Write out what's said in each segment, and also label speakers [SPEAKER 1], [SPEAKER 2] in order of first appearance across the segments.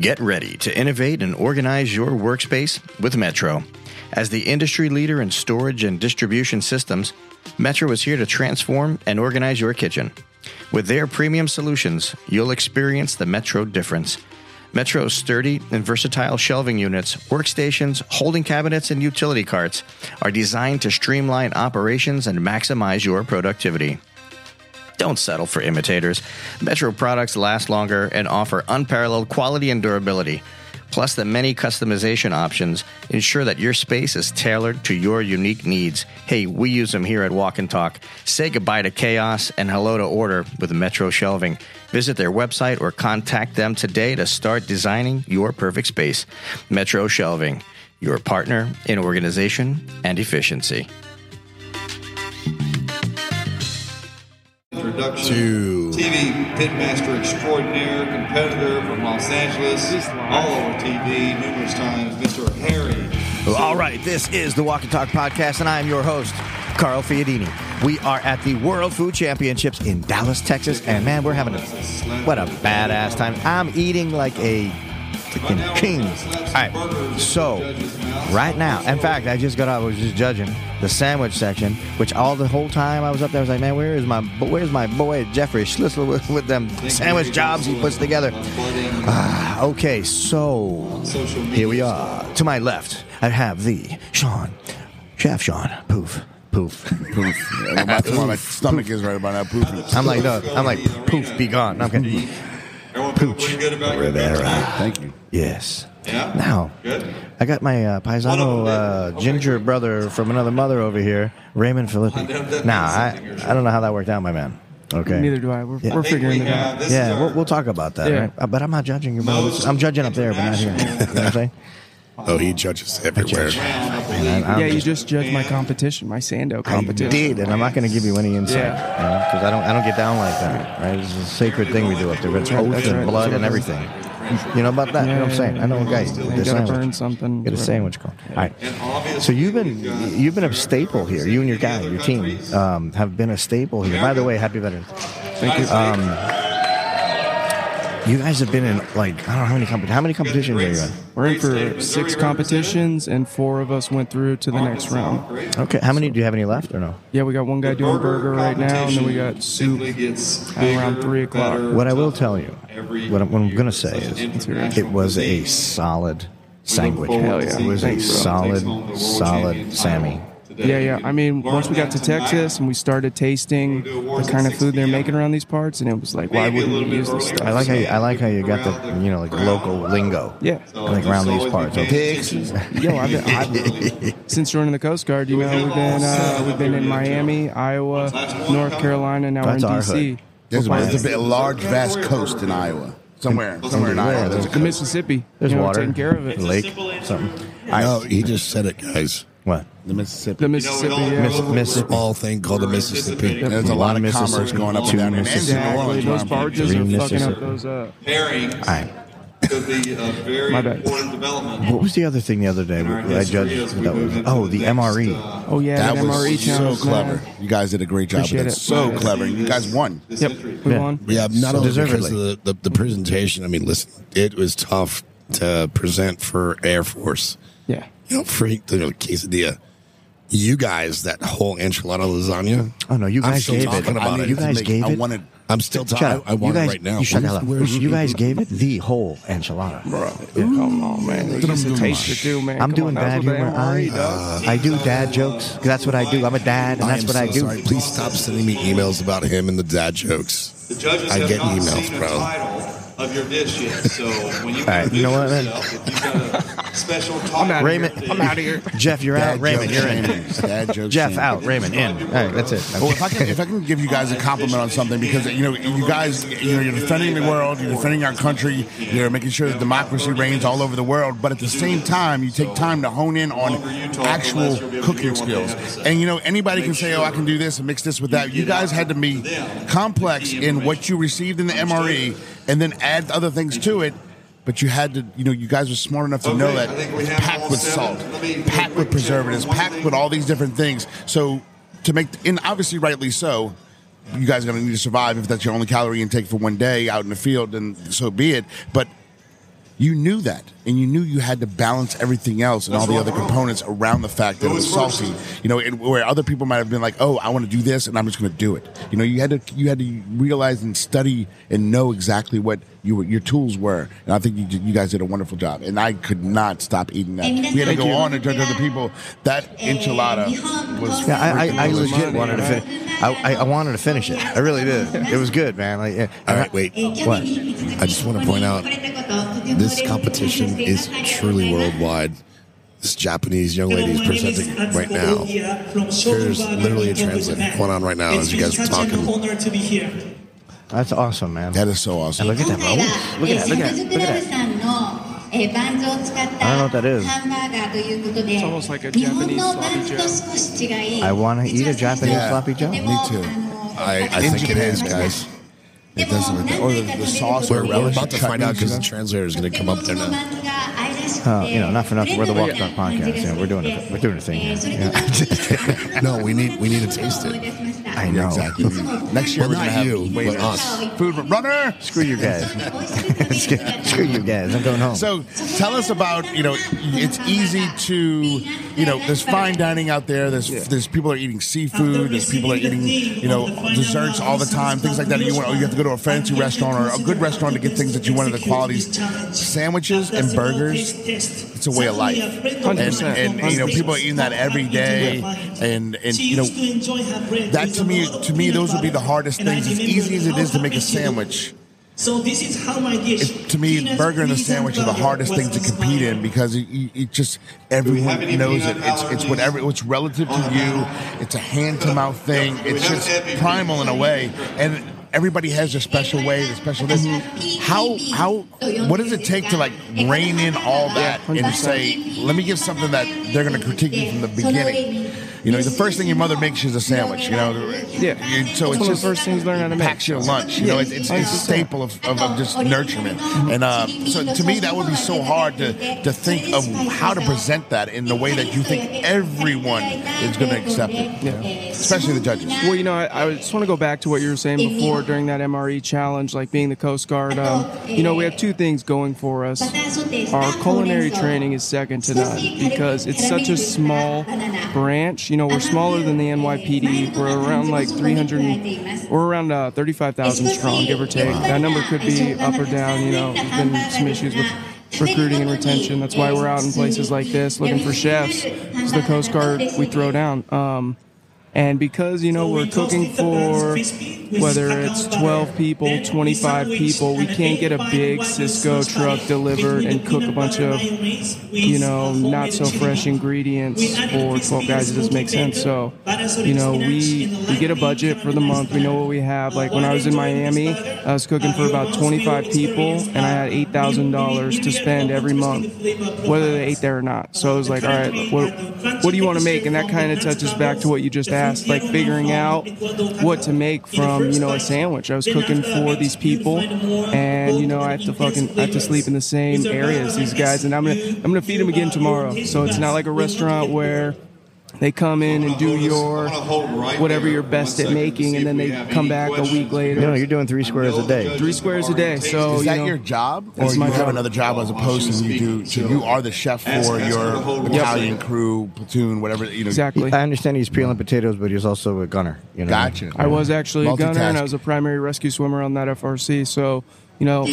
[SPEAKER 1] Get ready to innovate and organize your workspace with Metro. As the industry leader in storage and distribution systems, Metro is here to transform and organize your kitchen. With their premium solutions, you'll experience the Metro difference. Metro's sturdy and versatile shelving units, workstations, holding cabinets, and utility carts are designed to streamline operations and maximize your productivity. Don't settle for imitators. Metro products last longer and offer unparalleled quality and durability. Plus, the many customization options ensure that your space is tailored to your unique needs. Hey, we use them here at Walk and Talk. Say goodbye to chaos and hello to order with Metro Shelving. Visit their website or contact them today to start designing your perfect space. Metro Shelving, your partner in organization and efficiency.
[SPEAKER 2] introduction.
[SPEAKER 3] Two.
[SPEAKER 2] TV pitmaster extraordinaire, competitor from Los Angeles, all over TV numerous times, Mr. Harry.
[SPEAKER 1] All right, this is the Walk and Talk podcast, and I am your host, Carl Fiadini. We are at the World Food Championships in Dallas, Texas, and man, we're having a what a badass time. I'm eating like a freaking king. All right, so right now, in fact, I just got out. I was just judging the sandwich section, which all the whole time I was up there, I was like, man, where is my where's my boy Jeffrey Schlissel with, with them sandwich jobs he puts together? Ah, okay, so here we are. To my left, I have the Sean, Chef Sean. Poof, poof.
[SPEAKER 3] Poof. Yeah, That's why my stomach is right about now. Poofing.
[SPEAKER 1] I'm like, no, I'm like, poof, be gone. I'm kidding.
[SPEAKER 2] Everyone feel pretty good about your
[SPEAKER 1] Rivera.
[SPEAKER 3] Thank you.
[SPEAKER 1] Yes.
[SPEAKER 2] Yeah?
[SPEAKER 1] Now,
[SPEAKER 2] Good.
[SPEAKER 1] I got my uh, paisano uh, ginger brother from another mother over here, Raymond Filippi. Now, I, I don't know how that worked out, my man. Okay.
[SPEAKER 4] Neither do I. We're,
[SPEAKER 1] Yeah.
[SPEAKER 4] we're
[SPEAKER 2] I think we
[SPEAKER 4] figuring it
[SPEAKER 2] have,
[SPEAKER 4] out.
[SPEAKER 2] this is
[SPEAKER 1] Yeah,
[SPEAKER 2] our
[SPEAKER 1] we'll, we'll talk about that.
[SPEAKER 4] Yeah.
[SPEAKER 1] Right? Uh, But I'm not judging your brother.
[SPEAKER 2] Most
[SPEAKER 1] I'm judging up there, but not here. you know what I'm saying?
[SPEAKER 3] Oh, he judges everywhere.
[SPEAKER 2] round, I believe.
[SPEAKER 1] I'm
[SPEAKER 4] yeah, you just judged my competition, my Sando competition.
[SPEAKER 1] did, and I'm not going to give you any insight
[SPEAKER 4] Yeah.
[SPEAKER 1] because I don't. I don't get down like that. Right? It's a sacred thing we do up there. It's
[SPEAKER 2] That's
[SPEAKER 1] oath
[SPEAKER 4] right,
[SPEAKER 1] and
[SPEAKER 4] that's
[SPEAKER 1] blood
[SPEAKER 4] right.
[SPEAKER 1] and everything. You know about that? you know what I'm saying? I know a guy.
[SPEAKER 4] You
[SPEAKER 1] the
[SPEAKER 4] gotta
[SPEAKER 1] sandwich.
[SPEAKER 4] burn something.
[SPEAKER 1] Get a sandwich going. All right.
[SPEAKER 2] And obviously,
[SPEAKER 1] So you've been
[SPEAKER 2] we've got
[SPEAKER 1] you've been a staple here. You and your guy,
[SPEAKER 2] other
[SPEAKER 1] your team,
[SPEAKER 2] countries.
[SPEAKER 1] um, have been a staple here. By the way, happy veterans.
[SPEAKER 4] Thank you.
[SPEAKER 2] Um,
[SPEAKER 1] You guys have been in like I don't know how many compet How many competitions are you in?
[SPEAKER 4] We're in for six competitions, and four of us went through to the next round.
[SPEAKER 1] Okay. How many do you have any left or no?
[SPEAKER 4] Yeah, we got one guy doing burger right now, and then we got soup.
[SPEAKER 2] gets
[SPEAKER 4] at around three o'clock.
[SPEAKER 1] What I will tell you, what I'm, what I'm going to say is,
[SPEAKER 4] hear it.
[SPEAKER 1] it was a solid sandwich.
[SPEAKER 4] Hell yeah.
[SPEAKER 1] It was a
[SPEAKER 4] Thanks, bro.
[SPEAKER 1] solid, solid Sammy.
[SPEAKER 4] Yeah, yeah. I mean, once we got to Texas and we started tasting the kind of food they're making around these parts, and it was like, why wouldn't we use this
[SPEAKER 1] I
[SPEAKER 4] stuff?
[SPEAKER 1] like how you, I like how you got the you know like local lingo.
[SPEAKER 4] Yeah.
[SPEAKER 1] like around these parts. Okay.
[SPEAKER 4] Yo, I've been, I've, since joining the Coast Guard, you know, we've been uh, we've been in Miami, Iowa, North Carolina, now we're in
[SPEAKER 1] That's our
[SPEAKER 4] D.C.
[SPEAKER 1] hood.
[SPEAKER 3] There's,
[SPEAKER 1] Well,
[SPEAKER 3] there's a, bit, a large, vast coast in Iowa. Somewhere. Somewhere in Iowa. There's a
[SPEAKER 4] The
[SPEAKER 3] coast.
[SPEAKER 4] Mississippi,
[SPEAKER 1] There's
[SPEAKER 4] you know,
[SPEAKER 1] water,
[SPEAKER 4] taking care of it.
[SPEAKER 1] lake, something.
[SPEAKER 5] No, he just said it, guys.
[SPEAKER 1] What?
[SPEAKER 3] The Mississippi.
[SPEAKER 4] The Mississippi, yeah.
[SPEAKER 1] Miss- Miss-
[SPEAKER 5] Small thing called the Mississippi.
[SPEAKER 3] There's a lot of
[SPEAKER 1] Mississippi.
[SPEAKER 3] commerce going up
[SPEAKER 1] Two
[SPEAKER 3] and down there.
[SPEAKER 1] Mississippi.
[SPEAKER 3] And New
[SPEAKER 4] Exactly.
[SPEAKER 3] Orleans,
[SPEAKER 4] Those
[SPEAKER 3] man.
[SPEAKER 4] barges are
[SPEAKER 1] Green
[SPEAKER 4] fucking
[SPEAKER 1] Mississippi.
[SPEAKER 4] up those. Uh,
[SPEAKER 2] Pairing
[SPEAKER 1] All right.
[SPEAKER 2] could be a very
[SPEAKER 4] My bad.
[SPEAKER 2] important development.
[SPEAKER 1] What was the other thing the other day
[SPEAKER 2] our
[SPEAKER 1] I
[SPEAKER 2] history
[SPEAKER 1] judged?
[SPEAKER 2] as we
[SPEAKER 1] That
[SPEAKER 2] move
[SPEAKER 1] was,
[SPEAKER 2] into
[SPEAKER 1] oh,
[SPEAKER 2] the
[SPEAKER 1] the
[SPEAKER 2] next,
[SPEAKER 1] MRE.
[SPEAKER 2] uh,
[SPEAKER 4] oh yeah,
[SPEAKER 3] That
[SPEAKER 4] that MRE
[SPEAKER 3] was so
[SPEAKER 4] challenge,
[SPEAKER 3] clever.
[SPEAKER 4] man.
[SPEAKER 3] You guys did a great job with
[SPEAKER 4] Appreciate
[SPEAKER 3] that.
[SPEAKER 4] it.
[SPEAKER 3] So
[SPEAKER 4] Yeah.
[SPEAKER 3] clever. You guys won.
[SPEAKER 2] This century.
[SPEAKER 4] Yep, we
[SPEAKER 1] Yeah.
[SPEAKER 4] won.
[SPEAKER 5] Yeah, not only because
[SPEAKER 1] Deservedly.
[SPEAKER 5] of the, the, the presentation. I mean, listen, it was tough to present for Air Force.
[SPEAKER 4] Yeah.
[SPEAKER 5] You know, freak the quesadilla. You guys, that whole enchilada lasagna.
[SPEAKER 1] Oh no, you
[SPEAKER 5] I'm
[SPEAKER 1] guys
[SPEAKER 5] still
[SPEAKER 1] gave it.
[SPEAKER 5] talking about it.
[SPEAKER 1] You guys
[SPEAKER 3] Make-
[SPEAKER 1] gave
[SPEAKER 3] I
[SPEAKER 1] it.
[SPEAKER 3] wanted.
[SPEAKER 5] I'm still
[SPEAKER 1] Shut
[SPEAKER 5] talking.
[SPEAKER 1] up.
[SPEAKER 5] I, I want
[SPEAKER 1] you guys,
[SPEAKER 5] it right now.
[SPEAKER 1] You shut the hell
[SPEAKER 5] Where's-
[SPEAKER 1] up.
[SPEAKER 5] where's-
[SPEAKER 1] You guys gave it the whole enchilada.
[SPEAKER 4] Come on, man. Look at the taste to do, man.
[SPEAKER 1] I'm
[SPEAKER 4] Come
[SPEAKER 1] doing
[SPEAKER 4] on,
[SPEAKER 1] bad
[SPEAKER 4] that was what
[SPEAKER 1] humor.
[SPEAKER 4] the
[SPEAKER 1] I, uh,
[SPEAKER 4] MRE does.
[SPEAKER 1] I do dad jokes. 'cause That's what I do. I'm a dad, and
[SPEAKER 5] I
[SPEAKER 1] that's
[SPEAKER 5] am
[SPEAKER 1] what I
[SPEAKER 5] so
[SPEAKER 1] do.
[SPEAKER 5] sorry. Please stop sending me emails about him and the dad jokes.
[SPEAKER 2] The judges
[SPEAKER 5] I
[SPEAKER 2] have
[SPEAKER 5] get
[SPEAKER 2] not
[SPEAKER 5] emails,
[SPEAKER 2] seen
[SPEAKER 5] bro.
[SPEAKER 2] a title of your dish yet, so when you
[SPEAKER 1] right,
[SPEAKER 2] introduce
[SPEAKER 1] you know what, man?
[SPEAKER 2] yourself, if you've got a special title,
[SPEAKER 4] I'm outta
[SPEAKER 1] Raymond,
[SPEAKER 2] that
[SPEAKER 4] here.
[SPEAKER 1] Jeff, you're out.
[SPEAKER 3] Bad
[SPEAKER 1] Raymond,
[SPEAKER 3] joke
[SPEAKER 1] you're in.
[SPEAKER 3] shaming. Bad joke
[SPEAKER 1] Jeff
[SPEAKER 3] shaming.
[SPEAKER 1] out. Raymond in. All right, that's it.
[SPEAKER 3] Well, if I can, if I can give you guys a compliment on something, because you know, you guys, you know, you're defending the world, you're defending our country, you're making sure that democracy reigns all over the world. But at the same time, you take time to hone in on actual cooking skills. And you know, anybody can say, "Oh, I can do this and mix this with that." You guys had to be complex in what you received in the MRE, and then add other things to it. But you had to, you know, you guys were smart enough to know
[SPEAKER 2] Okay,
[SPEAKER 3] that
[SPEAKER 2] I think we
[SPEAKER 3] it's
[SPEAKER 2] have all
[SPEAKER 3] packed with
[SPEAKER 2] seven.
[SPEAKER 3] salt,
[SPEAKER 2] Let me do a
[SPEAKER 3] packed
[SPEAKER 2] quick
[SPEAKER 3] with
[SPEAKER 2] check
[SPEAKER 3] preservatives,
[SPEAKER 2] on one
[SPEAKER 3] packed
[SPEAKER 2] thing.
[SPEAKER 3] with all these different things. So to make, and obviously rightly so, you guys are going to need to survive if that's your only calorie intake for one day out in the field, then so be it. But You knew that, and you knew you had to balance everything else and all the other components around the fact that it was salty. You know, and where other people might have been like, "Oh, I want to do this, and I'm just going to do it." You know, you had to you had to realize and study and know exactly what you were, your tools were, and I think you, did- you guys did a wonderful job. And I could not stop eating that. We had to go on and judge other people. That enchilada was
[SPEAKER 1] Yeah, I,
[SPEAKER 3] freaking
[SPEAKER 1] I, I
[SPEAKER 3] delicious.
[SPEAKER 1] legit wanted to finish. I, I, I wanted to finish it. I really did. It was good, man. Like, yeah.
[SPEAKER 5] All right, wait.
[SPEAKER 1] What?
[SPEAKER 5] I just want to point out this competition is truly worldwide. This Japanese young lady is presenting right now. There's literally a translation going on right now as you guys are talking.
[SPEAKER 1] That's awesome, man.
[SPEAKER 3] That is so awesome.
[SPEAKER 1] Look at that, bro. Look at that. Look at that. Look at that.
[SPEAKER 6] えー、バンズを使った
[SPEAKER 1] I don't know what that is.
[SPEAKER 6] ハンバーガーということで、
[SPEAKER 4] It's almost like a
[SPEAKER 6] 日本のバンズと少し違い、
[SPEAKER 1] I wanna eat a Japanese
[SPEAKER 3] Yeah.
[SPEAKER 1] floppy joe.
[SPEAKER 3] Me too.
[SPEAKER 5] I, I think it is, guys. It doesn't look
[SPEAKER 3] Or the, the sauce.
[SPEAKER 5] We're,
[SPEAKER 3] or
[SPEAKER 5] we're
[SPEAKER 3] relish
[SPEAKER 5] about to
[SPEAKER 3] chutney,
[SPEAKER 5] find out
[SPEAKER 3] you
[SPEAKER 5] because
[SPEAKER 3] know?
[SPEAKER 5] the translator is going to come up there now.
[SPEAKER 1] Uh, you know, not for nothing. We're the Walk Talk podcast. Yeah, we're doing a, we're doing a thing here. Yeah.
[SPEAKER 5] No, we need we need to taste it.
[SPEAKER 1] I know.
[SPEAKER 5] Exactly.
[SPEAKER 3] Next year
[SPEAKER 5] Well,
[SPEAKER 3] we're gonna
[SPEAKER 5] not
[SPEAKER 3] have
[SPEAKER 5] you,
[SPEAKER 3] waiters.
[SPEAKER 5] but us.
[SPEAKER 3] Food runner.
[SPEAKER 1] Screw you guys. Screw you guys. I'm going home.
[SPEAKER 3] So tell us about you know it's easy to you know there's fine dining out there. There's there's people are eating seafood. There's people are eating you know desserts all the time. Things like that. You want oh, you have to go to a fancy restaurant or a good restaurant to get things that you want of the qualities. Sandwiches and burgers. It's a way of life. And,
[SPEAKER 4] 100%.
[SPEAKER 3] and you know people are eating that every day. And and you know that to me to me those would be the hardest things. As easy as it is to make a sandwich.
[SPEAKER 7] So this is how my dish.
[SPEAKER 3] It, to me, burger and a sandwich are the hardest thing to compete in because it, it- it just everyone
[SPEAKER 2] have any
[SPEAKER 3] knows it.
[SPEAKER 2] peanut
[SPEAKER 3] It's, it's
[SPEAKER 2] allergies?
[SPEAKER 3] whatever. It's relative to you. It's a hand to mouth thing. It's
[SPEAKER 2] have
[SPEAKER 3] just
[SPEAKER 2] EpiPen?
[SPEAKER 3] primal in a way, and everybody has their special way, their special this. How how what does it take to like rein in all that and say, let me give something that they're going to critique you from the beginning. You know, the first thing your mother makes you is a sandwich. You know,
[SPEAKER 4] Yeah.
[SPEAKER 3] You- so
[SPEAKER 4] It's one
[SPEAKER 3] it's
[SPEAKER 4] of
[SPEAKER 3] just
[SPEAKER 4] the first things learn how to make.
[SPEAKER 3] packs your lunch. You know, it's, it's, it's a staple of, of, of just nurturement. And uh, so to me, that would be so hard to, to think of how to present that in the way that you think everyone is going to accept it, especially the judges.
[SPEAKER 4] Well, you know, I, I just want to go back to what you were saying before during that MRE challenge, like being the Coast Guard. Um, you know, we have two things going for us. Our culinary training is second to none because it's such a small branch. You know, we're smaller than the NYPD. We're around like 300, and- we're around uh, 35,000 strong, give or take. That number could be up or down. You know, there's been some issues with recruiting and retention. That's why we're out in places like this looking for chefs. It's the Coast Guard we throw down. Um, and because you know we're cooking for whether it's 12 people, 25 people, we can't get a big Cisco truck delivered and cook a bunch of you know not so fresh ingredients for 12 guys. It doesn't make sense. So you know we we get a budget for the month. We know what we have. Like when I was in Miami, I was cooking for about 25 people and I had eight thousand dollars to spend every month, whether they ate there or not. So I was like, all right, what what do you want to make? And that kind of touches back to what you just asked, like figuring out what to make from you know a sandwich. I was cooking for these people, and you know I have to fucking I have to sleep in the same area as these guys, and I'm gonna I'm gonna feed them again tomorrow. So it's not like a restaurant where they come in and do your whatever you're best at making, and then they come back a week later.
[SPEAKER 1] no, you're doing three squares a day.
[SPEAKER 4] Three squares a day. So
[SPEAKER 3] Is
[SPEAKER 4] Oh, you
[SPEAKER 3] that
[SPEAKER 4] know,
[SPEAKER 3] your job, or
[SPEAKER 4] That's
[SPEAKER 3] you
[SPEAKER 4] my
[SPEAKER 3] have
[SPEAKER 4] job.
[SPEAKER 3] another job as opposed to you do? So you are the chef for your battalion, crew, platoon, whatever you know.
[SPEAKER 4] exactly.
[SPEAKER 1] I understand he's peeling potatoes, but he's also a gunner. You know?
[SPEAKER 3] Gotcha.
[SPEAKER 4] I was actually a gunner, and
[SPEAKER 3] Multitask.
[SPEAKER 4] I was a primary rescue swimmer on that FRC. So you know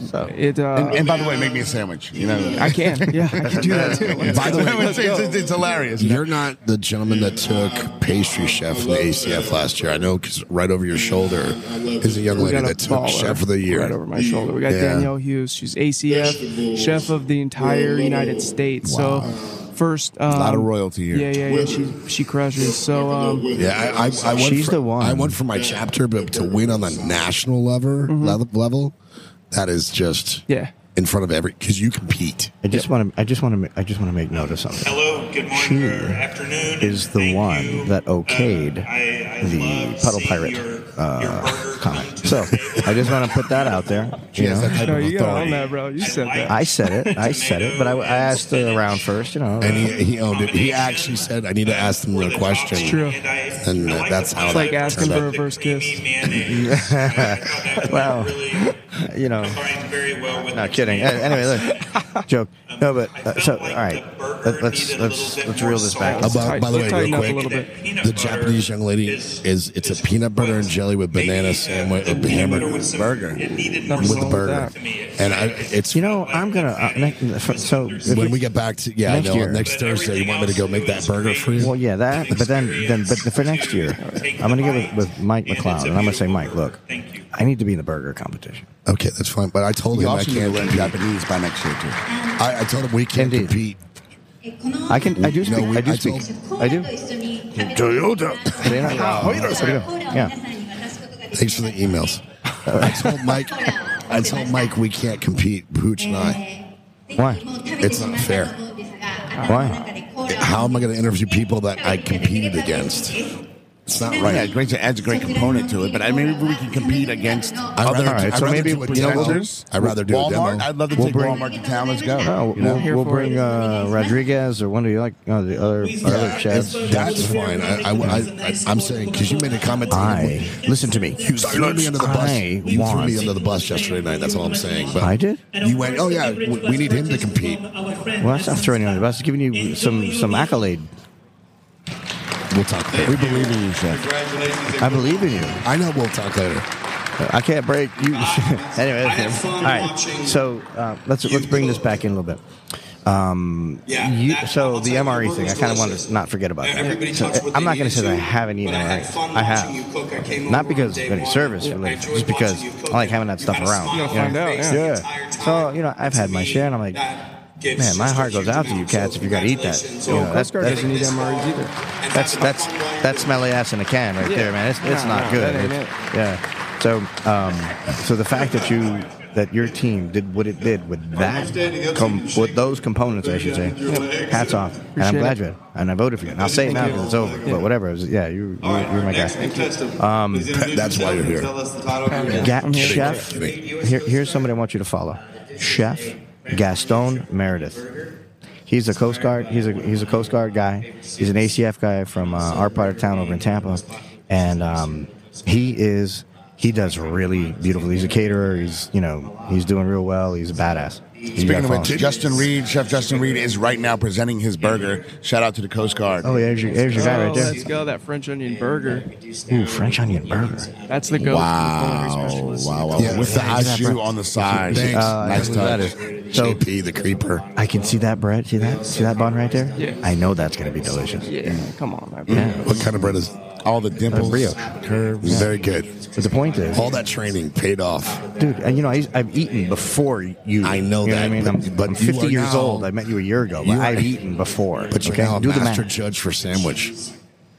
[SPEAKER 1] So
[SPEAKER 4] it. Uh,
[SPEAKER 3] And, and by the way, make me a sandwich. You know.
[SPEAKER 4] I can. Yeah, I can do that too.
[SPEAKER 5] By the way,
[SPEAKER 3] it's, it's, it's, it's hilarious.
[SPEAKER 5] You're not the gentleman that took pastry chef in the ACF last year. I know because right over your shoulder is a young
[SPEAKER 4] We
[SPEAKER 5] lady
[SPEAKER 4] got a
[SPEAKER 5] that took
[SPEAKER 4] baller
[SPEAKER 5] chef of the year.
[SPEAKER 4] right over my shoulder. We got
[SPEAKER 5] Yeah.
[SPEAKER 4] Danielle Hughes. She's ACF chef of the entire United States. So first, um, a
[SPEAKER 3] lot of royalty here.
[SPEAKER 4] Yeah, yeah, yeah. She she crushes. So um,
[SPEAKER 5] Yeah, I, I, I went
[SPEAKER 1] She's
[SPEAKER 5] for,
[SPEAKER 1] the one.
[SPEAKER 5] I went for my chapter, but to win on the national level, level, level, that is just
[SPEAKER 4] Mm-hmm. yeah.
[SPEAKER 5] in front of every because you compete.
[SPEAKER 1] I just want to. I just want to. I just want to make note of something.
[SPEAKER 8] Hello, good morning
[SPEAKER 1] She
[SPEAKER 8] or afternoon.
[SPEAKER 1] is the
[SPEAKER 8] Thank
[SPEAKER 1] one
[SPEAKER 8] you.
[SPEAKER 1] that okayed
[SPEAKER 8] Uh, I- I
[SPEAKER 1] the
[SPEAKER 8] love
[SPEAKER 1] Puddle
[SPEAKER 8] seeing
[SPEAKER 1] Pirate,
[SPEAKER 8] your-
[SPEAKER 1] uh,
[SPEAKER 8] your burger come
[SPEAKER 1] Comment.
[SPEAKER 8] to
[SPEAKER 1] So
[SPEAKER 8] the table.
[SPEAKER 1] I just want to put that out there. You
[SPEAKER 5] She has
[SPEAKER 1] know?
[SPEAKER 5] that type
[SPEAKER 4] No,
[SPEAKER 5] of
[SPEAKER 4] you got on
[SPEAKER 5] authority.
[SPEAKER 4] that, bro. You said that.
[SPEAKER 1] I said it. I said it, but I, I asked around first. You know,
[SPEAKER 5] And he, he owned it. He actually said, "I need to ask them a question."
[SPEAKER 4] true.
[SPEAKER 8] And I-
[SPEAKER 5] And
[SPEAKER 8] I
[SPEAKER 5] that's how
[SPEAKER 8] the
[SPEAKER 5] It's
[SPEAKER 4] like
[SPEAKER 8] fact
[SPEAKER 4] asking
[SPEAKER 8] that
[SPEAKER 4] for a
[SPEAKER 8] the
[SPEAKER 4] first
[SPEAKER 8] creamy
[SPEAKER 4] kiss.
[SPEAKER 8] mayonnaise. I- I thought that was
[SPEAKER 1] Wow.
[SPEAKER 8] really-
[SPEAKER 1] you know.
[SPEAKER 8] combined very well with
[SPEAKER 1] Not
[SPEAKER 8] the
[SPEAKER 1] kidding. A-
[SPEAKER 8] tomato
[SPEAKER 1] Anyway, look, joke. No, but
[SPEAKER 8] I
[SPEAKER 1] uh,
[SPEAKER 8] felt
[SPEAKER 1] so all
[SPEAKER 8] like
[SPEAKER 1] right.
[SPEAKER 8] the burger
[SPEAKER 1] Let, let's
[SPEAKER 8] needed a little
[SPEAKER 1] let's
[SPEAKER 8] bit
[SPEAKER 1] let's
[SPEAKER 8] more
[SPEAKER 1] reel this back.
[SPEAKER 8] sauce.
[SPEAKER 5] About-
[SPEAKER 4] tight-
[SPEAKER 5] by the way,
[SPEAKER 4] tighten
[SPEAKER 5] real
[SPEAKER 4] up
[SPEAKER 5] quick,
[SPEAKER 4] a little bit.
[SPEAKER 8] That peanut
[SPEAKER 5] the
[SPEAKER 8] butter
[SPEAKER 5] Japanese young lady
[SPEAKER 8] is-
[SPEAKER 5] is, it's
[SPEAKER 8] is
[SPEAKER 5] a peanut butter and jelly with
[SPEAKER 8] maybe,
[SPEAKER 5] banana
[SPEAKER 8] uh,
[SPEAKER 5] sandwich,
[SPEAKER 8] the
[SPEAKER 5] a
[SPEAKER 8] peanut
[SPEAKER 5] hamburger
[SPEAKER 8] butter with some-
[SPEAKER 5] burger
[SPEAKER 8] It needed more
[SPEAKER 4] Nothing
[SPEAKER 5] with the
[SPEAKER 8] salt.
[SPEAKER 4] wrong
[SPEAKER 5] burger,
[SPEAKER 4] that.
[SPEAKER 8] To me, it's-
[SPEAKER 5] and I, it's
[SPEAKER 1] You know, I'm gonna uh, ne- f- so if
[SPEAKER 5] when
[SPEAKER 1] we,
[SPEAKER 5] we get back to yeah, I
[SPEAKER 1] Next
[SPEAKER 5] know uh,
[SPEAKER 1] year.
[SPEAKER 5] next Thursday you want me to go make that burger for you?
[SPEAKER 1] well, yeah, that. But then, then, but for next year, I'm gonna get with, with Mike McLeod, and I'm gonna say, Mike, look,
[SPEAKER 8] Thank you.
[SPEAKER 1] I need to be in the burger competition.
[SPEAKER 5] Okay, that's fine. But I told
[SPEAKER 3] You
[SPEAKER 5] him I
[SPEAKER 3] also need to
[SPEAKER 5] can't
[SPEAKER 3] learn
[SPEAKER 5] compete.
[SPEAKER 3] Japanese by next year too.
[SPEAKER 5] I, I told him we can't
[SPEAKER 1] Indeed.
[SPEAKER 5] compete.
[SPEAKER 1] I can. I do
[SPEAKER 5] No,
[SPEAKER 1] speak.
[SPEAKER 5] we-
[SPEAKER 1] I do
[SPEAKER 5] I
[SPEAKER 1] speak.
[SPEAKER 5] told- Ah,
[SPEAKER 1] I do.
[SPEAKER 6] Toyota.
[SPEAKER 1] They don't-
[SPEAKER 5] Wow.
[SPEAKER 1] Yeah.
[SPEAKER 5] Thanks for the emails. I told Mike. I told Mike we can't compete. Pooch and I.
[SPEAKER 1] Why?
[SPEAKER 5] It's not fair.
[SPEAKER 1] Why?
[SPEAKER 5] How am I going to interview people that I competed against? It's not
[SPEAKER 3] Yeah,
[SPEAKER 5] right.
[SPEAKER 3] great. It adds a great component to it, but I maybe we can compete against.
[SPEAKER 5] I'd rather,
[SPEAKER 1] All right,
[SPEAKER 5] I'd
[SPEAKER 1] so
[SPEAKER 5] rather
[SPEAKER 1] maybe-
[SPEAKER 5] do a
[SPEAKER 1] you know what we'll
[SPEAKER 5] demo.
[SPEAKER 1] do?
[SPEAKER 5] I'd rather do a
[SPEAKER 3] Walmart.
[SPEAKER 5] demo.
[SPEAKER 3] I'd love to
[SPEAKER 1] We'll
[SPEAKER 3] take
[SPEAKER 1] bring-
[SPEAKER 3] Walmart to town. Let's go.
[SPEAKER 1] Oh,
[SPEAKER 3] You know?
[SPEAKER 1] we'll,
[SPEAKER 4] Here
[SPEAKER 1] we'll
[SPEAKER 4] for
[SPEAKER 1] bring
[SPEAKER 4] it.
[SPEAKER 1] uh, Rodriguez or one of you like uh, the other our other chefs.
[SPEAKER 5] That's fine. I, I, I, I'm saying because you made a comment. to me.
[SPEAKER 1] I listen to me.
[SPEAKER 5] You threw me under the bus.
[SPEAKER 1] I
[SPEAKER 5] you threw me
[SPEAKER 1] want-
[SPEAKER 5] under the bus yesterday night. That's all I'm saying. But
[SPEAKER 1] I did.
[SPEAKER 5] You went. Oh yeah, we, we need him to compete.
[SPEAKER 1] Well, that's not throwing you under the bus. It's giving you some some accolade.
[SPEAKER 5] We'll talk. Later.
[SPEAKER 3] We believe in you, chef.
[SPEAKER 2] Congratulations.
[SPEAKER 1] I believe in you.
[SPEAKER 5] I know. We'll talk later.
[SPEAKER 1] I can't break you. anyway,
[SPEAKER 2] I had fun
[SPEAKER 1] all right.
[SPEAKER 2] watching
[SPEAKER 1] So uh, let's
[SPEAKER 2] you
[SPEAKER 1] let's bring this
[SPEAKER 2] cook.
[SPEAKER 1] back in a little bit.
[SPEAKER 2] Yeah.
[SPEAKER 1] You,
[SPEAKER 2] that-
[SPEAKER 1] so
[SPEAKER 2] I'll
[SPEAKER 1] the
[SPEAKER 2] tell
[SPEAKER 1] MRE
[SPEAKER 2] you, burger's
[SPEAKER 1] thing, I kind of wanted
[SPEAKER 2] delicious.
[SPEAKER 1] to not forget about that.
[SPEAKER 2] Everybody
[SPEAKER 1] So,
[SPEAKER 2] talks what
[SPEAKER 1] I'm
[SPEAKER 2] they
[SPEAKER 1] not going
[SPEAKER 2] need
[SPEAKER 1] to say that I
[SPEAKER 2] to,
[SPEAKER 1] haven't eaten
[SPEAKER 2] but I had
[SPEAKER 1] MRE.
[SPEAKER 2] fun
[SPEAKER 1] I
[SPEAKER 2] watching you cook. I
[SPEAKER 1] have,
[SPEAKER 2] came
[SPEAKER 1] not
[SPEAKER 2] over
[SPEAKER 1] because
[SPEAKER 2] on
[SPEAKER 1] of
[SPEAKER 2] day
[SPEAKER 1] any
[SPEAKER 2] one.
[SPEAKER 1] service
[SPEAKER 2] Yeah. I
[SPEAKER 1] related,
[SPEAKER 2] enjoyed
[SPEAKER 1] just because
[SPEAKER 2] watching you cook.
[SPEAKER 1] I like having that
[SPEAKER 2] You
[SPEAKER 1] stuff
[SPEAKER 2] had a
[SPEAKER 1] around.
[SPEAKER 2] smile
[SPEAKER 1] you
[SPEAKER 2] on
[SPEAKER 1] know?
[SPEAKER 4] find
[SPEAKER 2] your
[SPEAKER 4] out,
[SPEAKER 2] face
[SPEAKER 4] yeah.
[SPEAKER 2] the
[SPEAKER 1] Yeah.
[SPEAKER 2] entire time.
[SPEAKER 1] So, you know, I've
[SPEAKER 2] To
[SPEAKER 1] had my
[SPEAKER 2] me,
[SPEAKER 1] share, and I'm like,
[SPEAKER 2] that gives
[SPEAKER 1] man, my
[SPEAKER 2] such a
[SPEAKER 1] heart goes
[SPEAKER 2] huge
[SPEAKER 1] out to you
[SPEAKER 2] amount.
[SPEAKER 1] cats
[SPEAKER 2] So
[SPEAKER 1] if you're gonna eat that.
[SPEAKER 2] congratulations
[SPEAKER 1] You know,
[SPEAKER 2] on
[SPEAKER 1] that's-
[SPEAKER 4] Coast Guard
[SPEAKER 1] that's-
[SPEAKER 4] doesn't need
[SPEAKER 2] this
[SPEAKER 4] MREs
[SPEAKER 2] far.
[SPEAKER 4] either.
[SPEAKER 2] And
[SPEAKER 1] That's
[SPEAKER 2] having a
[SPEAKER 1] that's
[SPEAKER 2] fun ride.
[SPEAKER 1] that's smelly ass in a can right
[SPEAKER 4] Yeah.
[SPEAKER 1] there, man. It's, it's
[SPEAKER 4] No,
[SPEAKER 1] not
[SPEAKER 4] no,
[SPEAKER 1] good.
[SPEAKER 4] that ain't
[SPEAKER 1] It's-
[SPEAKER 4] it.
[SPEAKER 1] Yeah. So um, so the fact that you that your team did what it did with that com- with those components, I should say. Hats off, and I'm
[SPEAKER 4] Appreciate
[SPEAKER 1] glad
[SPEAKER 4] it.
[SPEAKER 1] you did, and I voted for you. And I'll say it now because it's over, but whatever. It was, yeah, you
[SPEAKER 2] All
[SPEAKER 1] you're,
[SPEAKER 2] right,
[SPEAKER 1] you're my
[SPEAKER 2] our
[SPEAKER 1] guy.
[SPEAKER 2] next contestant. Um,
[SPEAKER 5] that's why you're here.
[SPEAKER 2] Tell us the title of your
[SPEAKER 1] Ga-
[SPEAKER 4] I'm here.
[SPEAKER 1] Chef, here, here's somebody I want you to follow. Chef Gaston Meredith. He's a Coast Guard. He's a he's a Coast Guard guy. He's an ACF guy from uh, our part of town over in Tampa, and um, he is he does really beautiful. He's a caterer. He's you know he's doing real well. He's a badass. You gotta
[SPEAKER 3] Speaking of
[SPEAKER 1] follow
[SPEAKER 3] which,
[SPEAKER 1] him.
[SPEAKER 3] Justin Reed, Chef Justin Reed, is right now presenting his burger. Shout out to the Coast Guard.
[SPEAKER 1] oh yeah, there's your, there's your guy
[SPEAKER 4] Oh,
[SPEAKER 1] right
[SPEAKER 4] let's
[SPEAKER 1] there.
[SPEAKER 4] go. That French onion burger.
[SPEAKER 1] Ooh, French onion burger.
[SPEAKER 4] That's the go.
[SPEAKER 3] Wow, wow, wow.
[SPEAKER 5] Yeah.
[SPEAKER 3] With the ICU on the side.
[SPEAKER 5] Thanks.
[SPEAKER 1] Uh,
[SPEAKER 3] nice
[SPEAKER 1] I know who that
[SPEAKER 3] touch.
[SPEAKER 1] is. So
[SPEAKER 5] JP the creeper.
[SPEAKER 1] I can see that bread. See that? See that bun right there?
[SPEAKER 4] Yeah.
[SPEAKER 1] I know that's gonna be delicious.
[SPEAKER 4] Yeah, come on, man.
[SPEAKER 5] What kind of bread is?
[SPEAKER 3] All the dimples,
[SPEAKER 1] brioche.
[SPEAKER 3] curves.
[SPEAKER 5] Very good.
[SPEAKER 1] But the point is,
[SPEAKER 5] All that training paid off.
[SPEAKER 1] Dude, and you know, I, I've eaten before you.
[SPEAKER 5] I know
[SPEAKER 1] you
[SPEAKER 5] that,
[SPEAKER 1] what I mean,
[SPEAKER 5] but-
[SPEAKER 1] I'm,
[SPEAKER 5] but
[SPEAKER 1] I'm
[SPEAKER 5] you
[SPEAKER 1] 50
[SPEAKER 5] are
[SPEAKER 1] years
[SPEAKER 5] now-
[SPEAKER 1] old. I met you a year ago,
[SPEAKER 5] You
[SPEAKER 1] but
[SPEAKER 5] are-
[SPEAKER 1] I've eaten before.
[SPEAKER 5] But you're
[SPEAKER 1] okay,
[SPEAKER 5] now a
[SPEAKER 1] do the
[SPEAKER 5] master
[SPEAKER 1] math.
[SPEAKER 5] judge for sandwich.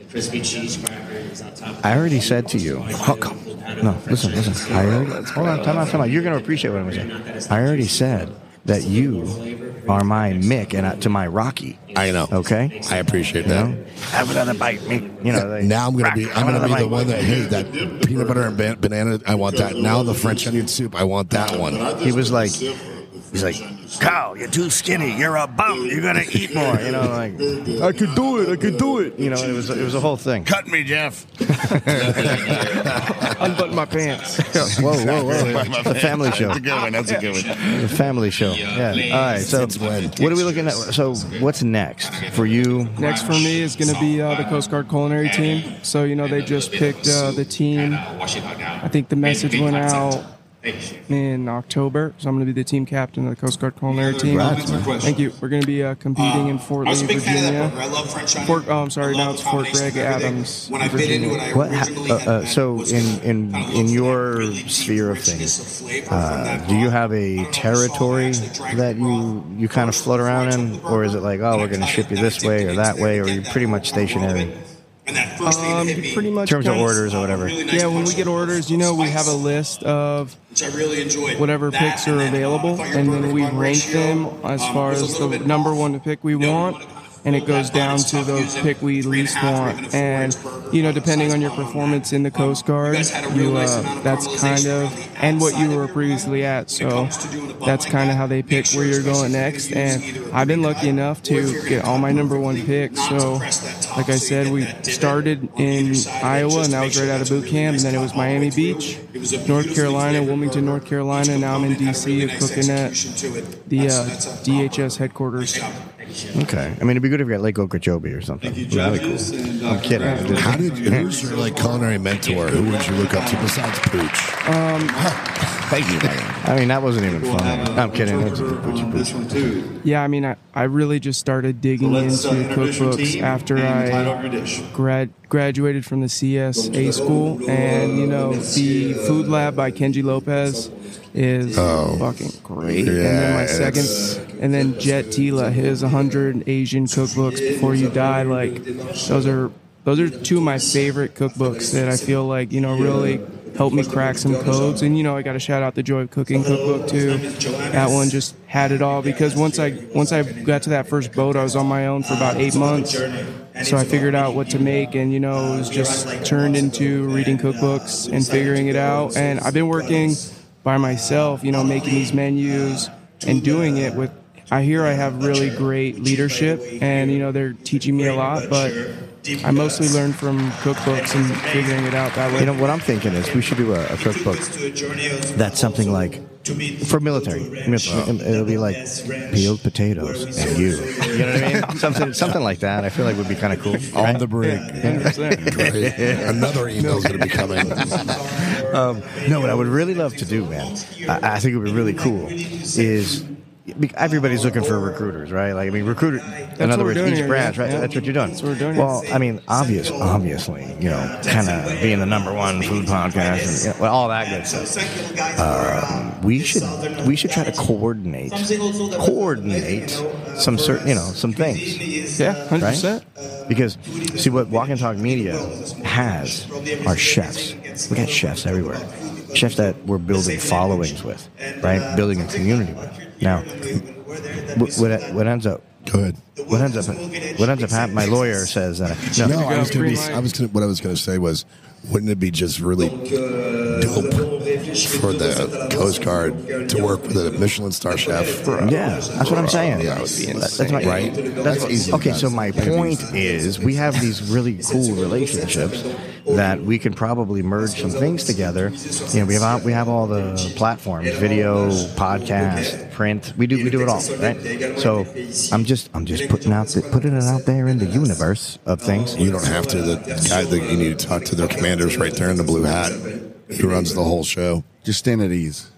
[SPEAKER 9] crispy cheese crackers on top of
[SPEAKER 1] I already said to you,
[SPEAKER 9] Hot cup.
[SPEAKER 1] no, listen, listen. I already, hold on, time out, time out. You're going to appreciate what I'm going to say. I already said that you are my Mick and I, to my Rocky.
[SPEAKER 5] I know.
[SPEAKER 1] Okay,
[SPEAKER 5] I appreciate
[SPEAKER 1] you
[SPEAKER 5] that.
[SPEAKER 1] know, have another bite, Mick. You know, they,
[SPEAKER 5] Now I'm gonna be
[SPEAKER 1] Rock,
[SPEAKER 5] I'm gonna
[SPEAKER 1] another
[SPEAKER 5] be the
[SPEAKER 1] bite.
[SPEAKER 5] one that hey that peanut butter and ban- banana I want that now the French onion soup I want that one
[SPEAKER 1] He was like, he's like, Kyle, you're too skinny. You're a bum. You're gonna eat more. You know, like I could do it. I could do it. You know, it was it was a whole thing.
[SPEAKER 3] Cut me, Jeff.
[SPEAKER 4] Unbutton my pants.
[SPEAKER 1] Whoa, whoa, whoa!
[SPEAKER 3] That's
[SPEAKER 1] It's a family show.
[SPEAKER 3] a good one. That's a good one.
[SPEAKER 1] It's a family show. Yeah. All right. So
[SPEAKER 5] Since when?
[SPEAKER 1] what are we looking at? So what's next for you?
[SPEAKER 4] Next for me is going to be uh, the Coast Guard culinary team. So you know they just picked uh, the team. I think the message went out in October. So I'm going to be the team captain of the Coast Guard culinary team.
[SPEAKER 2] Congrats, man.
[SPEAKER 4] Thank you. We're going to be uh, competing in Fort
[SPEAKER 2] I was
[SPEAKER 4] Lee,
[SPEAKER 2] a big fan of that
[SPEAKER 4] Virginia.
[SPEAKER 2] burger. I love French onion.
[SPEAKER 4] Fort- oh, I'm sorry,
[SPEAKER 2] I
[SPEAKER 4] now
[SPEAKER 2] love
[SPEAKER 4] it's
[SPEAKER 2] the
[SPEAKER 4] Fort
[SPEAKER 2] combination of
[SPEAKER 4] Greg
[SPEAKER 2] everything.
[SPEAKER 4] Adams,
[SPEAKER 2] When I bit into it, I
[SPEAKER 4] Virginia.
[SPEAKER 1] What? hap-
[SPEAKER 2] originally
[SPEAKER 1] Uh,
[SPEAKER 2] had
[SPEAKER 1] uh,
[SPEAKER 2] that
[SPEAKER 1] so
[SPEAKER 2] was
[SPEAKER 1] in in
[SPEAKER 2] kind of
[SPEAKER 1] in
[SPEAKER 2] looked
[SPEAKER 1] your
[SPEAKER 2] at really deep
[SPEAKER 1] sphere of
[SPEAKER 2] richness
[SPEAKER 1] things,
[SPEAKER 2] flavor from
[SPEAKER 1] uh,
[SPEAKER 2] that
[SPEAKER 1] do you
[SPEAKER 2] broth.
[SPEAKER 1] have
[SPEAKER 2] I don't know
[SPEAKER 1] a
[SPEAKER 2] if you saw
[SPEAKER 1] territory
[SPEAKER 2] actually drank
[SPEAKER 1] that
[SPEAKER 2] the broth.
[SPEAKER 1] you you kind of float around in, or is it like, oh, we're going to ship you this way or that way, or you're pretty much stationary?
[SPEAKER 2] And that first thing that
[SPEAKER 4] Um,
[SPEAKER 2] hit
[SPEAKER 4] you
[SPEAKER 2] me,
[SPEAKER 4] pretty
[SPEAKER 1] In
[SPEAKER 4] much
[SPEAKER 1] terms of
[SPEAKER 4] kinda-
[SPEAKER 1] orders or whatever.
[SPEAKER 2] really nice
[SPEAKER 4] Yeah, when we
[SPEAKER 2] punch
[SPEAKER 4] get
[SPEAKER 2] of
[SPEAKER 4] orders, you know we
[SPEAKER 2] spice,
[SPEAKER 4] have a list of
[SPEAKER 2] which I really enjoyed.
[SPEAKER 4] whatever
[SPEAKER 2] That
[SPEAKER 4] picks
[SPEAKER 2] and
[SPEAKER 4] are
[SPEAKER 2] then, uh,
[SPEAKER 4] available,
[SPEAKER 2] if I
[SPEAKER 4] and then
[SPEAKER 2] remember
[SPEAKER 4] we
[SPEAKER 2] my
[SPEAKER 4] rank
[SPEAKER 2] ratio,
[SPEAKER 4] them as
[SPEAKER 2] um,
[SPEAKER 4] far
[SPEAKER 2] was a
[SPEAKER 4] as
[SPEAKER 2] little
[SPEAKER 4] the
[SPEAKER 2] bit
[SPEAKER 4] number
[SPEAKER 2] off.
[SPEAKER 4] one to pick we
[SPEAKER 2] You know, you
[SPEAKER 4] want
[SPEAKER 2] wanna kinda
[SPEAKER 4] and it goes down to the pick we least want. And you know, depending on your performance in the Coast Guard, you uh, that's kind of and what you were previously at. So that's kind of how they pick where you're going next. And I've been lucky enough to get all my number one picks. So, like I said, we started in Iowa, and I was right out of boot camp, and then it was Miami Beach, North Carolina, Wilmington, North Carolina. and Now I'm in D.C. cooking at the uh, DHS headquarters.
[SPEAKER 1] Okay. I mean, it'd be good if you got Lake Okeechobee or something.
[SPEAKER 2] Thank you,
[SPEAKER 1] It'd be really
[SPEAKER 2] judges.
[SPEAKER 1] cool.
[SPEAKER 2] And, uh,
[SPEAKER 1] I'm kidding. I'm just-
[SPEAKER 5] How did who's your like culinary mentor? Who would you look up to besides Pooch? Um, thank you. Megan.
[SPEAKER 1] I mean, that wasn't even
[SPEAKER 2] We'll
[SPEAKER 1] funny.
[SPEAKER 2] have a
[SPEAKER 1] I'm kidding. That's a
[SPEAKER 2] interpreter
[SPEAKER 1] good
[SPEAKER 2] on uh, this one too.
[SPEAKER 4] Yeah, I mean, I, I really just started digging
[SPEAKER 2] Let's uh,
[SPEAKER 4] into
[SPEAKER 2] introduce your
[SPEAKER 4] cookbooks
[SPEAKER 2] team
[SPEAKER 4] after
[SPEAKER 2] and
[SPEAKER 4] I
[SPEAKER 2] title of your dish.
[SPEAKER 4] grad graduated from the CSA school, and you know the Food Lab by Kenji Lopez is fucking great. and then my
[SPEAKER 5] Yeah,
[SPEAKER 4] second, and then Jet Tila, his 100 Asian cookbooks before you die. Like those are those are two of my favorite cookbooks that I feel like you know really helped me crack some codes. And you know I got to shout out the Joy of Cooking cookbook too. That one just had it all because once I once I got to that first boat, I was on my own for about eight months. So I figured out what to make, and you know, it was just turned into reading cookbooks and figuring it out. And I've been working by myself, you know, making these menus and doing it with. I hear I have really great leadership, and you know, they're teaching me a lot, but I mostly learned from cookbooks and figuring it out that
[SPEAKER 1] You
[SPEAKER 4] way.
[SPEAKER 1] know, what I'm thinking is we should do a, a cookbook that's something like for military. Mil- It'll be like peeled potatoes and you. You know what I mean? Something, something like that. I feel like would be kind of cool.
[SPEAKER 3] On
[SPEAKER 1] right?
[SPEAKER 3] the brink.
[SPEAKER 4] 100%.
[SPEAKER 5] Right. Another email's going to be coming.
[SPEAKER 1] Um, no, what I would really love to do, man, I, I think it would be really cool, is be- everybody's looking for recruiters, right? Like, I mean, recruiter, in
[SPEAKER 4] what
[SPEAKER 1] other
[SPEAKER 4] we're
[SPEAKER 1] words,
[SPEAKER 4] doing
[SPEAKER 1] each
[SPEAKER 4] here,
[SPEAKER 1] branch,
[SPEAKER 4] yeah.
[SPEAKER 1] right?
[SPEAKER 4] Yeah.
[SPEAKER 1] That's what you're doing.
[SPEAKER 4] That's what we're doing here.
[SPEAKER 1] Well, I mean, obvious, obviously, you know, kind of being the number one food podcast and you know, well, all that good stuff. Um, we should we should try to coordinate uh, coordinate some certain you know some things
[SPEAKER 4] Yeah, hundred
[SPEAKER 1] right?
[SPEAKER 4] percent.
[SPEAKER 1] Because see what Walk and Talk Media has are chefs. We got chefs everywhere. Chefs that we're building followings with, right? Building a community with. Now, what what, what ends up
[SPEAKER 5] Go ahead.
[SPEAKER 1] what ends up what ends up happening? My lawyer says that I,
[SPEAKER 5] No,
[SPEAKER 1] no.
[SPEAKER 5] I was going to be.
[SPEAKER 4] Green
[SPEAKER 5] I was going. What I was going to say was, wouldn't it be just really dope for the Coast Guard to work with a Michelin star chef?
[SPEAKER 1] Yeah, that's what I'm saying.
[SPEAKER 5] Yeah, that would be
[SPEAKER 1] That's my,
[SPEAKER 5] insane. Right?
[SPEAKER 1] That's
[SPEAKER 5] That's
[SPEAKER 1] what-
[SPEAKER 5] easy to
[SPEAKER 1] okay,
[SPEAKER 5] pass.
[SPEAKER 1] so my point is we have these really cool relationships that we can probably merge some things together. You know, we have all- we have all the platforms, video, podcast, print. We do we do it all, right? So I'm just I'm just putting out the, putting it out there in the universe of things.
[SPEAKER 5] You don't have to. The guy that you need to talk to, their commanders right there in the blue hat, who runs the whole show.
[SPEAKER 3] Just stand at ease.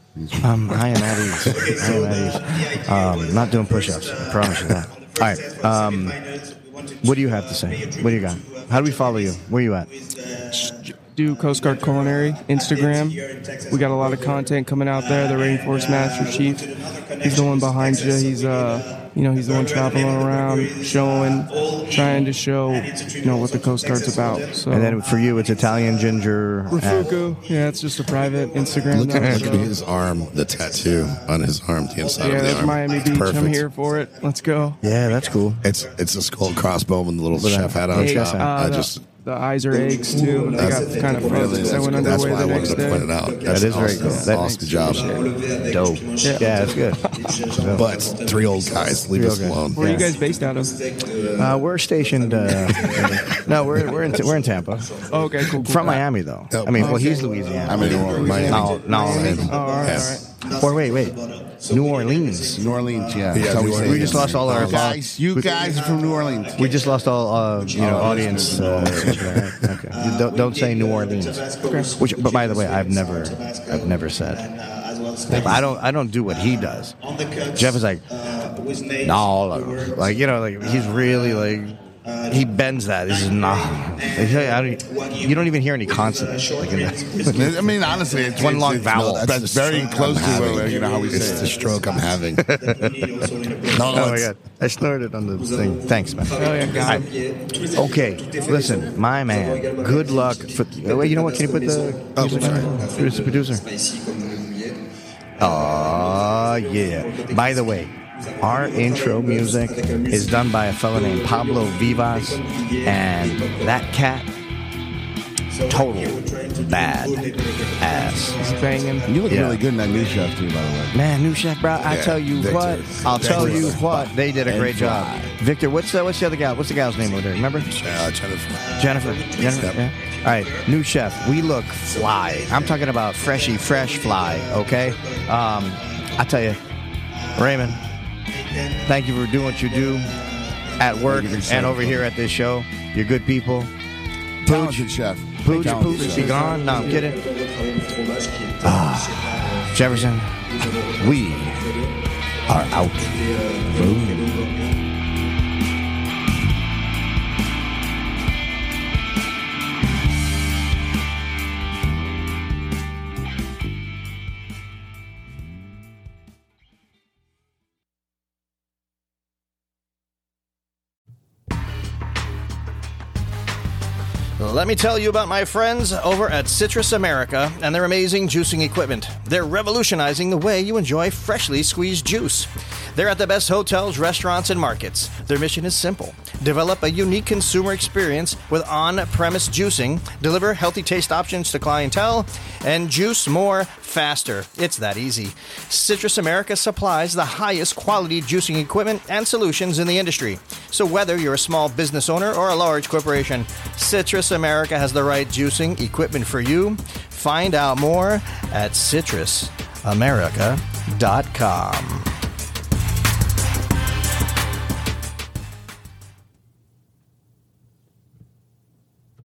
[SPEAKER 1] Um, I am at ease. I am at ease. Um, not doing push-ups. I promise you that. All right. Um, what do you have to say? What do you got? How do we follow you? Where you at?
[SPEAKER 4] do Coast Guard Culinary Instagram. We got a lot of content coming out there. The Rainforest Master Chief, he's the one behind you. He's uh, you know, he's the one traveling around, showing, trying to show, you know, what the Coast Guard's about. So
[SPEAKER 1] And then for you, it's Italian ginger. uh,
[SPEAKER 4] Fuku, yeah, it's just a private Instagram.
[SPEAKER 5] Look
[SPEAKER 4] now,
[SPEAKER 5] at, look
[SPEAKER 4] so-
[SPEAKER 5] at his arm, the tattoo on his arm, the inside
[SPEAKER 4] yeah,
[SPEAKER 5] of the
[SPEAKER 4] that's
[SPEAKER 5] arm.
[SPEAKER 4] Miami
[SPEAKER 5] It's
[SPEAKER 4] Beach.
[SPEAKER 5] Perfect.
[SPEAKER 4] I'm here for it. Let's go.
[SPEAKER 1] yeah, that's cool.
[SPEAKER 5] It's it's a skull and crossbow and the little chef hat on
[SPEAKER 1] Hey,
[SPEAKER 5] top.
[SPEAKER 1] uh,
[SPEAKER 5] I
[SPEAKER 4] the,
[SPEAKER 5] Oh, just
[SPEAKER 4] the eyes are eggs too. They got kind of frozen. so I went
[SPEAKER 5] that's
[SPEAKER 4] underway
[SPEAKER 5] why I
[SPEAKER 4] the
[SPEAKER 5] wanted
[SPEAKER 4] next
[SPEAKER 5] to point it
[SPEAKER 4] day.
[SPEAKER 5] out. That's
[SPEAKER 1] That is
[SPEAKER 5] an
[SPEAKER 1] very
[SPEAKER 5] awesome,
[SPEAKER 1] cool. That-
[SPEAKER 5] awesome job.
[SPEAKER 1] Dope. Yeah, that's good.
[SPEAKER 5] But three old guys, leave us
[SPEAKER 1] Three old
[SPEAKER 5] alone.
[SPEAKER 4] Where are you
[SPEAKER 1] Yeah.
[SPEAKER 4] guys based out of?
[SPEAKER 1] Uh, we're stationed. Uh, no, we're we're in, we're in Tampa.
[SPEAKER 4] Oh, okay, cool. cool.
[SPEAKER 1] From Miami, though. I mean, well, he's Louisiana.
[SPEAKER 5] I mean, Miami.
[SPEAKER 1] No, no.
[SPEAKER 4] Oh, all right, all right.
[SPEAKER 1] Or wait, wait. New Orleans.
[SPEAKER 3] New Orleans, yeah.
[SPEAKER 5] Yeah,
[SPEAKER 3] that's how
[SPEAKER 5] New
[SPEAKER 3] we say
[SPEAKER 5] Orleans.
[SPEAKER 1] We just
[SPEAKER 3] it.
[SPEAKER 1] lost all our
[SPEAKER 3] You guys. You guys are from New Orleans.
[SPEAKER 1] We just lost all, uh, you know,
[SPEAKER 3] Oh,
[SPEAKER 1] audience. Uh, okay. Don't, don't say New Orleans. Which, but by the way, I've never, I've never said. I don't, I don't do what he does. Jeff is like, nah, all of them. Like, you know, like he's really like, he bends that. He's just, nah. Like, hey, I don't, you uh, don't even hear any consonants. Like in that.
[SPEAKER 3] I mean, honestly, it's
[SPEAKER 1] One long
[SPEAKER 3] it's-
[SPEAKER 1] vowel.
[SPEAKER 3] That's,
[SPEAKER 5] the
[SPEAKER 3] very
[SPEAKER 5] stroke
[SPEAKER 3] close
[SPEAKER 5] I'm
[SPEAKER 3] to what,
[SPEAKER 5] having.
[SPEAKER 3] you know how we
[SPEAKER 5] It's
[SPEAKER 3] say
[SPEAKER 5] the
[SPEAKER 3] it.
[SPEAKER 5] stroke I'm having. no,
[SPEAKER 1] Oh my
[SPEAKER 5] it's-
[SPEAKER 1] god, I snorted on the thing. Thanks, man.
[SPEAKER 4] Oh, yeah, got him.
[SPEAKER 1] Okay, listen, my man. Good luck. For, oh, wait, you know what? Can you put the
[SPEAKER 5] Oh,
[SPEAKER 1] music
[SPEAKER 5] sorry.
[SPEAKER 1] on? Who's the producer? Ah, yeah. By the way, Our intro music is done by a fellow named Pablo Vivas, and that cat, total bad ass.
[SPEAKER 4] It's banging.
[SPEAKER 3] You look
[SPEAKER 1] Yeah.
[SPEAKER 3] really good in that new chef too, by the way.
[SPEAKER 1] Man, new chef, bro. I
[SPEAKER 5] Yeah,
[SPEAKER 1] tell you
[SPEAKER 5] they
[SPEAKER 1] what,
[SPEAKER 5] did.
[SPEAKER 1] I'll
[SPEAKER 5] They
[SPEAKER 1] tell
[SPEAKER 5] did.
[SPEAKER 1] you what, they did a
[SPEAKER 3] And
[SPEAKER 1] great job.
[SPEAKER 3] fly.
[SPEAKER 1] Victor, what's the, what's the other guy? What's the gal's name over there? Remember?
[SPEAKER 5] Uh, Jennifer.
[SPEAKER 1] Jennifer. Jennifer.
[SPEAKER 5] Yep.
[SPEAKER 1] Yeah. All right, new chef. We look fly. I'm talking about freshy, fresh fly. Okay. Um, I tell you, Raymond, thank you for doing what you do at work
[SPEAKER 3] Thank you for
[SPEAKER 1] and over
[SPEAKER 3] saying
[SPEAKER 1] here at this show. You're good people.
[SPEAKER 3] Talented chef.
[SPEAKER 1] Pooch,
[SPEAKER 3] Talented
[SPEAKER 1] pooch,
[SPEAKER 3] chef.
[SPEAKER 1] be gone. No, I'm kidding. Ah, Jefferson, we are out. Let me tell you about my friends over at Citrus America and their amazing juicing equipment. They're revolutionizing the way you enjoy freshly squeezed juice. They're at the best hotels, restaurants, and markets. Their mission is simple develop a unique consumer experience with on premise juicing, deliver healthy taste options to clientele, and juice more faster. It's that easy. Citrus America supplies the highest quality juicing equipment and solutions in the industry. So, whether you're a small business owner or a large corporation, Citrus America has the right juicing equipment for you. Find out more at citrusamerica.com.